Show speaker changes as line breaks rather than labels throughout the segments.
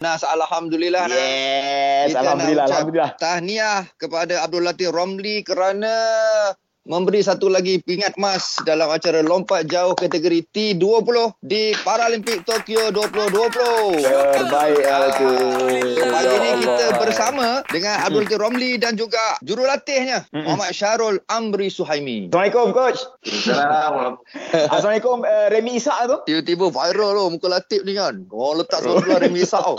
Nas Alhamdulillah Nas.
Yes,
Kita
alhamdulillah,
nak ucap-
alhamdulillah.
Tahniah kepada Abdul Latif Romli kerana memberi satu lagi pingat emas dalam acara lompat jauh kategori T20 di Paralimpik Tokyo 2020.
Terbaik aku.
Pagi
Ya
ini Ah, kita
Allah.
bersama dengan Abdul Latif Romli dan juga jurulatihnya
Mm-mm.
Muhammad Syarul Amri Suhaimi.
Assalamualaikum coach. Assalamualaikum uh, Remy Ishak tu.
Tiba-tiba viral tu muka Latif ni kan. Orang letak
Oh.
satu keluar dari misak tau.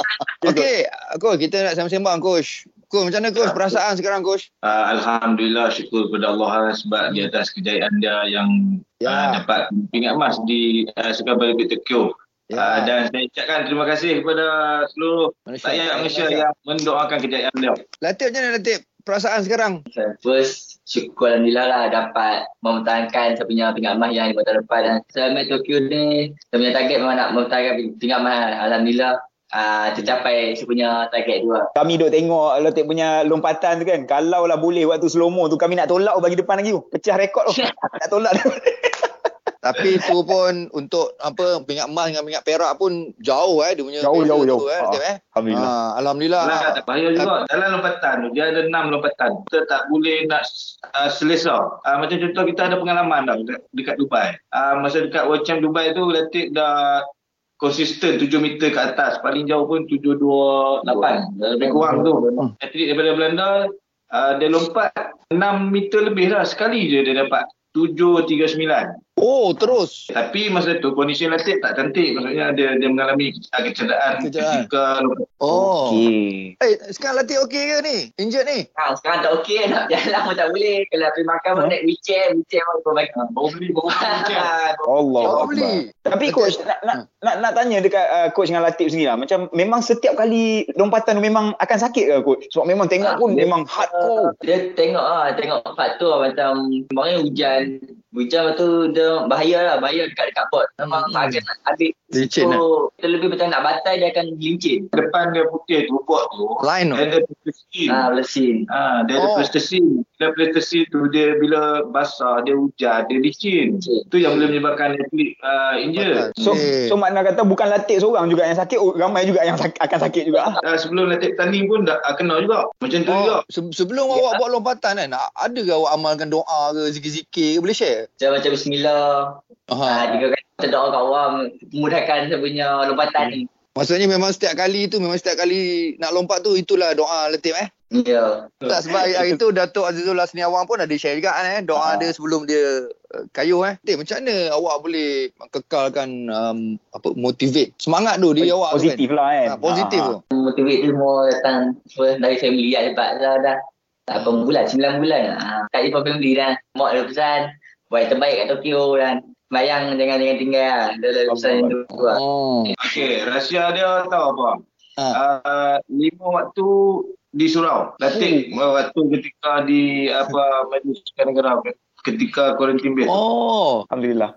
Okey, coach kita nak sembang-sembang coach. Coach macam mana coach perasaan sekarang coach?
Uh, Alhamdulillah syukur kepada Allah lah sebab di atas kejayaan dia yang
Ya.
ya. uh, dapat pingat emas di uh, Sukan Paralimpik Tokyo. Ya. Uh, dan saya ucapkan terima kasih kepada seluruh rakyat Malaysia yang mendoakan kejayaan dia.
Latif macam mana Latif? Perasaan sekarang?
First, syukur Alhamdulillah lah dapat mempertahankan saya punya pingat emas yang lima tahun lepas dan selamat Tokyo ni saya punya target memang nak mempertahankan ping- pingat emas Alhamdulillah uh, tercapai saya punya target lah. dua
Kami duk tengok Lotek punya lompatan tu kan. Kalau lah boleh waktu slow mo tu kami nak tolak bagi depan lagi tu. Pecah rekod tu. nak tolak tu.
Tapi tu pun untuk apa pingat emas dengan pingat perak pun jauh eh dia punya
Jauh,
beza
jauh,
tu,
jauh.
eh, Latif, eh.
Alhamdulillah.
Ha, alhamdulillah.
Nah, Lah, tak bahaya juga. Dalam lompatan tu, dia ada enam lompatan. Kita tak boleh nak uh, selesa. Uh, macam contoh kita ada pengalaman dah dekat, dekat Dubai. Uh, masa dekat World Champ Dubai tu, Latif dah konsisten 7 meter ke atas. Paling jauh pun 728. Dah Lebih kurang tu. Hmm. Atlet daripada Belanda, uh, dia lompat 6 meter lebih lah. Sekali je dia dapat. 739.
Oh, terus.
Tapi masa tu kondisi Latif tak cantik. Maksudnya dia, dia mengalami uh, kecederaan
Kecederaan.
ketika lompatan.
Oh. Okay.
Okey.
Eh, sekarang Latif okey ke ni? Injured ni?
ha, sekarang tak okey nak jalan pun tak boleh kalau pergi makan pun naik wheelchair wheelchair pun boleh pakai
Baru beli, baru beli macam.
Allah.
Oh,
Akbar.
beli.
Tapi coach nak nak,
Hmm.
nak nak tanya dekat uh, coach dengan Latif sendiri lah. Macam memang setiap kali lompatan tu memang akan sakit ke coach? Sebab memang tengok
Ah,
pun
dia-
memang hardcore.
dia tengok ah tengok faktor macam kemarin hujan hujan lepas tu dia bahaya lah bahaya dekat dekat pot memang
Hmm.
akan nak habis
Licin lah.
so kita lebih macam nak batai dia akan lincin
depan dia putih tu bot tu
Lain tu.
dia ada prestasi
ah lesin
ha, dia ada
Oh.
prestasi dia prestasi tu dia bila basah dia hujan dia licin
Licin.
tu yang boleh menyebabkan atlet uh, injur
So
Eh.
so makna kata bukan Latif seorang juga yang sakit, oh, ramai juga yang sak- akan sakit juga. ah.
uh, sebelum letak tanding pun dah uh, kena juga macam tu
Oh,
juga
se- sebelum
Ya.
awak buat lompatan kan, a- ada ke awak amalkan doa ke, zikir-zikir ke? Boleh share?
Saya baca bismillah.
Ah,
Ha.
Ha.
Juga kan kita doa kat orang mudahkan saya punya lompatan ni.
Maksudnya memang setiap kali tu, memang setiap kali nak lompat tu, itulah doa Latif eh.
Ya.
Tak sebab hari, hari tu Datuk Azizullah Seniawang pun ada share juga kan eh doa
Ah.
dia sebelum dia uh, kayu eh. Tip macam mana awak boleh kekalkan um, apa motivate semangat tu diri awak tu
Positif lah kan.
kan. Ha, positif
Ah,
tu.
Motivate tu semua datang first dari family lah sebab dah dah tak berapa bulan, 9 bulan. Ha. Tak jumpa family dah. Mak dah pesan buat yang terbaik kat Tokyo dan bayang jangan jangan tinggal lah. Dah dah pesan yang tu lah.
Oh.
okey rahsia dia tahu apa
Ha.
Ah.
uh, lima waktu di surau letik
Hmm.
waktu ketika di apa majlis negara ketika quarantine base
Oh.
Alhamdulillah.